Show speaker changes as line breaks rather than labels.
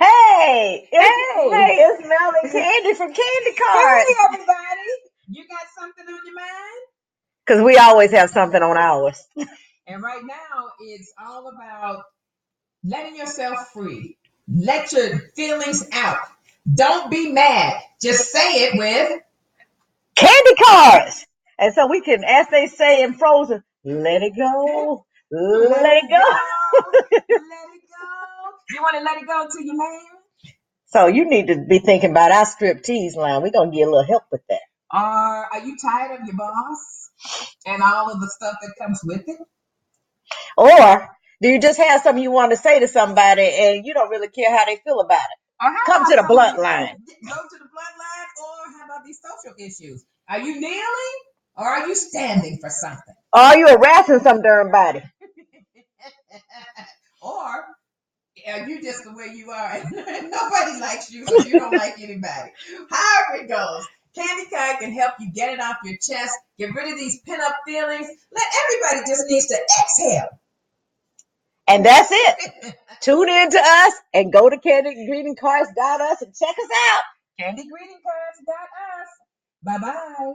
Hey, it's
Hey,
hey, it's Mel and Candy from Candy
hey,
Card.
everybody! You got something on your mind?
Cause we always have something on ours.
And right now, it's all about letting yourself free. Let your feelings out. Don't be mad. Just say it with
Candy cards. And so we can, as they say in Frozen, let it go.
let
Let it
it
go.
go. Let it go. You want to let it go to your man?
So you need to be thinking about our strip tease line. We're gonna get a little help with that.
Or are you tired of your boss and all of the stuff that comes with it?
Or do you just have something you want to say to somebody and you don't really care how they feel about it?
Or how
Come to
about
the
some of
blunt
these
line.
go to the bloodline, or how about these social issues? Are you kneeling or are you standing for something?
Are you harassing some darn body?
or are you just the way you are and nobody likes you, so you don't like anybody? However it goes, Candy Card can help you get it off your chest, get rid of these pent up feelings. Let everybody just needs to exhale.
And that's it. Tune in to us and go to candygreetingcards.us and check us out.
CandyGreetingCards.us. Bye bye.